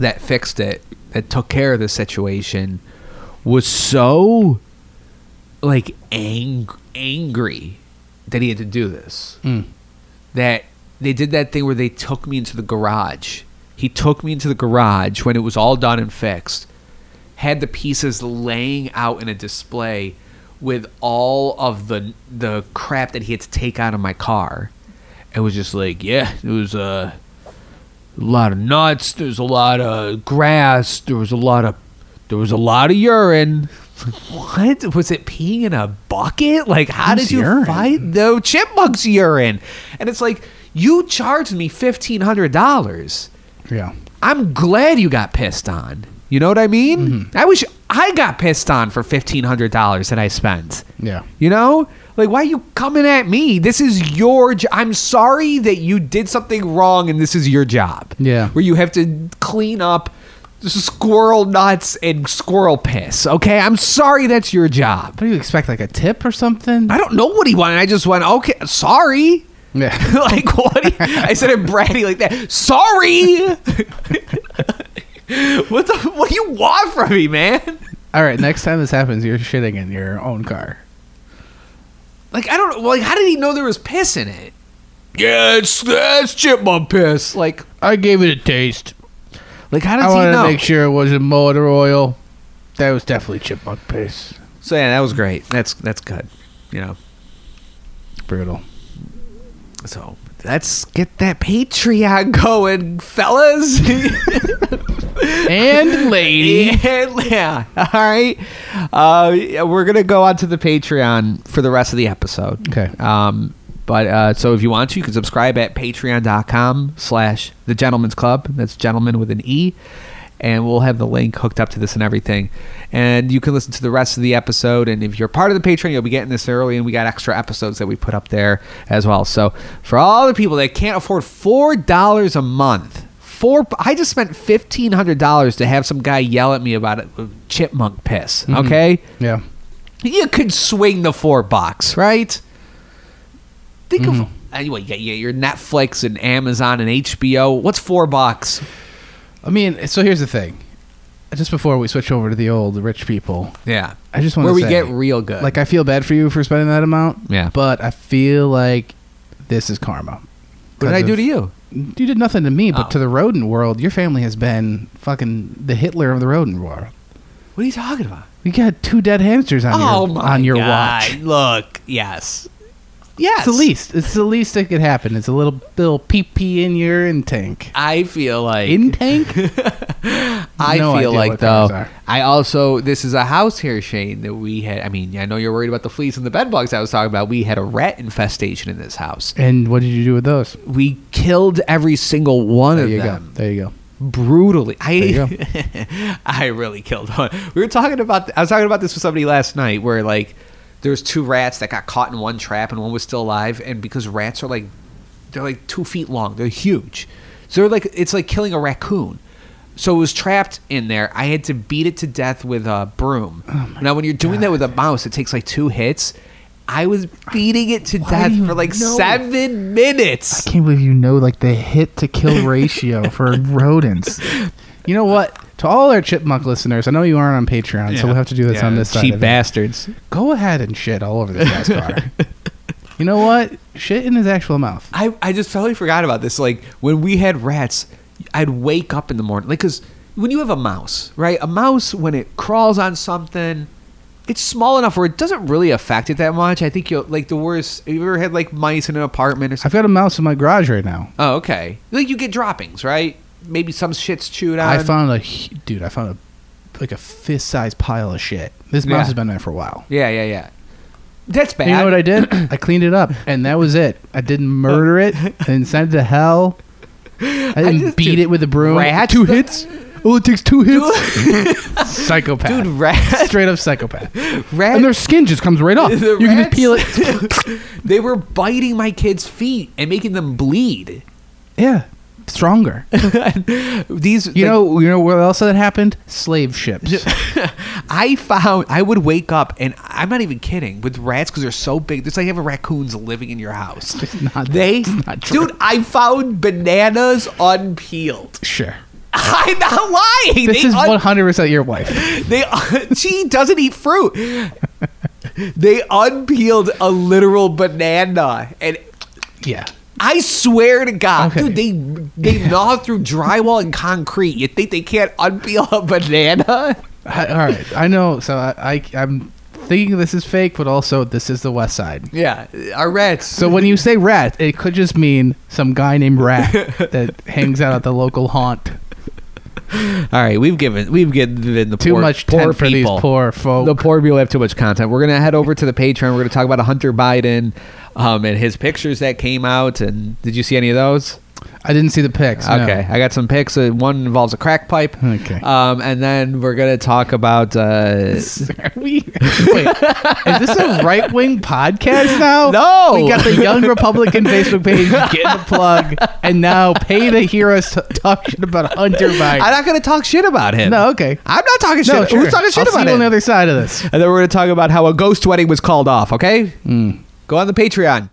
that fixed it, that took care of the situation, was so like ang- angry that he had to do this that they did that thing where they took me into the garage. He took me into the garage when it was all done and fixed, had the pieces laying out in a display with all of the the crap that he had to take out of my car. And was just like, yeah, it was uh, a lot of nuts, there's a lot of grass, there was a lot of there was a lot of urine. <laughs> What was it peeing in a bucket? Like, how
Whose
did you
urine?
find no chipmunks urine. And it's like, you charged me fifteen hundred dollars.
Yeah.
I'm glad you got pissed on. You know what I mean?
Mm-hmm.
I wish I got pissed on for fifteen hundred dollars that I spent.
Yeah.
You know? Like why you coming at me? This is your jo- I'm sorry that you did something wrong and this is your job.
Yeah.
Where you have to clean up squirrel nuts and squirrel piss. Okay? I'm sorry that's your job.
What do you expect? Like a tip or something?
I don't know what he wanted. I just went, okay, sorry.
Yeah.
<laughs>
<laughs>
like what? do you- I said it bratty like that. Sorry. <laughs> what the? What do you want from me, man?
All right. Next time this happens, you're shitting in your own car.
Like I don't. Like how did he know there was piss in it? Yeah, it's that's chipmunk piss. Like
I gave it a taste.
like how does
I
he
wanted to
know?
make sure it wasn't motor oil. That was definitely chipmunk piss.
So yeah, that was great. That's that's good. You know.
Brutal.
So let's get that Patreon <laughs> going, <laughs> fellas.
<laughs> And lady.
Yeah, yeah. All right. Uh, yeah, we're gonna go on to the Patreon for the rest of the episode.
Okay.
Um, but uh, so if you want to, you can subscribe at patreon.com slash the gentleman's club. That's gentleman with an E. And we'll have the link hooked up to this and everything. And you can listen to the rest of the episode. And if you're part of the Patreon, you'll be getting this early. And we got extra episodes that we put up there as well. So for all the people that can't afford $4 a month, four i just spent $1500 to have some guy yell at me about it chipmunk piss okay
Yeah.
you could swing the four bucks right think of
Mm-hmm.
anyway yeah, yeah, your netflix and amazon and hbo what's four bucks
I mean, so here's the thing. Just before we switch over to the old rich people,
yeah
I just want
where
to
we
say,
get real good
like I feel bad for you for spending that amount.
Yeah.
But I feel like this is karma.
what did i do to you
You did nothing to me, but
Oh.
to the rodent world, your family has been fucking the Hitler of the rodent world.
what are you talking about
You got two dead hamsters on
oh
your
my
on your
God.
watch.
look yes yes
It's the least. It's the least that could happen. It's a little little pee pee in your in tank.
i feel like
In tank?
<laughs> I feel
No idea
like
what cars
though
are.
I also this is a house here, Shane, that we had I mean, I know you're worried about the fleas and the bed bugs I was talking about. We had a rat infestation in this house.
and what did you do with those?
We killed every single one
There
of
you
them
go. There you go.
brutally.
you
I <laughs> I really killed one. We were talking about I was talking about this with somebody last night where like there was two rats that got caught in one trap and one was still alive and because rats are like they're like two feet long. They're huge. So they're like it's like killing a raccoon. So it was trapped in there. I had to beat it to death with a broom.
Oh
now when you're doing that with a mouse, it takes like two hits. I was beating it to
do
death
you
for like
know?
seven minutes.
can't believe you know like the hit to kill ratio for rodents. You know what? To all our chipmunk listeners, I know you aren't on Patreon, so we'll have to do this on this side.
Cheap
of it.
bastards.
Go ahead and shit all over this guy's car. you know what? Shit in his actual mouth.
I, I just totally forgot about this. Like when we had rats, I'd wake up in the morning, like, because when you have a mouse, right? A mouse when it crawls on something, it's small enough where it doesn't really affect it that much. I think you'll like the worst. You ever had like mice in an apartment or something?
I've got a mouse in my garage right now.
Oh, okay. Like you get droppings, right? Maybe some shit's chewed on.
I found a hu- dude. I found a like a fist-sized pile of shit. This
Yeah.
mouse has been there for a while.
Yeah, yeah, yeah. That's bad.
You know what I
<clears throat>
did? I cleaned it up, and that was it. I didn't murder it and send it to hell. I didn't
just-
beat
dude,
it with a broom.
rats
two
the-
hits. Oh, it takes two hits.
<laughs>
psychopath, <laughs>
Dude, rats- <laughs>
straight up psychopath.
Rats-
and their skin just comes right
<laughs>
off.
The
you can just
rats-
peel it.
<laughs> they were biting my kids' feet and making them bleed. <laughs>
yeah, stronger.
These, <laughs>
You
like,
know, you know what else that happened? Slave ships.
<laughs> I found I would wake up and I'm not even kidding with rats because they're so big. It's like having raccoons living in your house.
not-
they,
<laughs> it's not true.
dude, I found bananas unpeeled. <laughs>
<laughs> sure.
I'm not lying.
This
They
is
un-
one hundred percent your wife.
<laughs> They <laughs> she doesn't eat fruit.
<laughs>
they unpeeled a literal banana, and
Yeah.
I swear to God,
Okay.
dude, they
<laughs>
they gnaw through drywall and concrete. You think they can't unpeel a banana? <laughs>
I, all right. I know. So I, I, I'm thinking this is fake, but also this is the West Side.
Yeah, our rats.
So when you say rat, it could just mean some guy named <laughs> Rat that hangs out at the local haunt.
All right, we've given we've given the
Too
poor,
much
poor
tent for these
people.
poor folk.
The poor people have too much content. We're gonna head over to the Patreon. We're gonna talk about Hunter Biden um, and his pictures that came out. And did you see any of those?
I didn't see the pics. no.
Okay, I got some picks. Uh, one involves a crack pipe.
Okay.
um, and then we're gonna talk about.
<laughs>
Uh,
<laughs> Are we, wait, is this a right wing podcast now?
No.
We got the Young Republican Facebook page, getting the plug, and now pay to hear us t- talking about Hunter Biden.
I'm not gonna talk shit about him.
No, okay.
I'm not talking shit.
no, sure.
Who's talking shit
I'll see
about
you
him?
on the other side of this. Hmm.
and then we're gonna talk about how a ghost wedding was called off. Okay, go on the Patreon.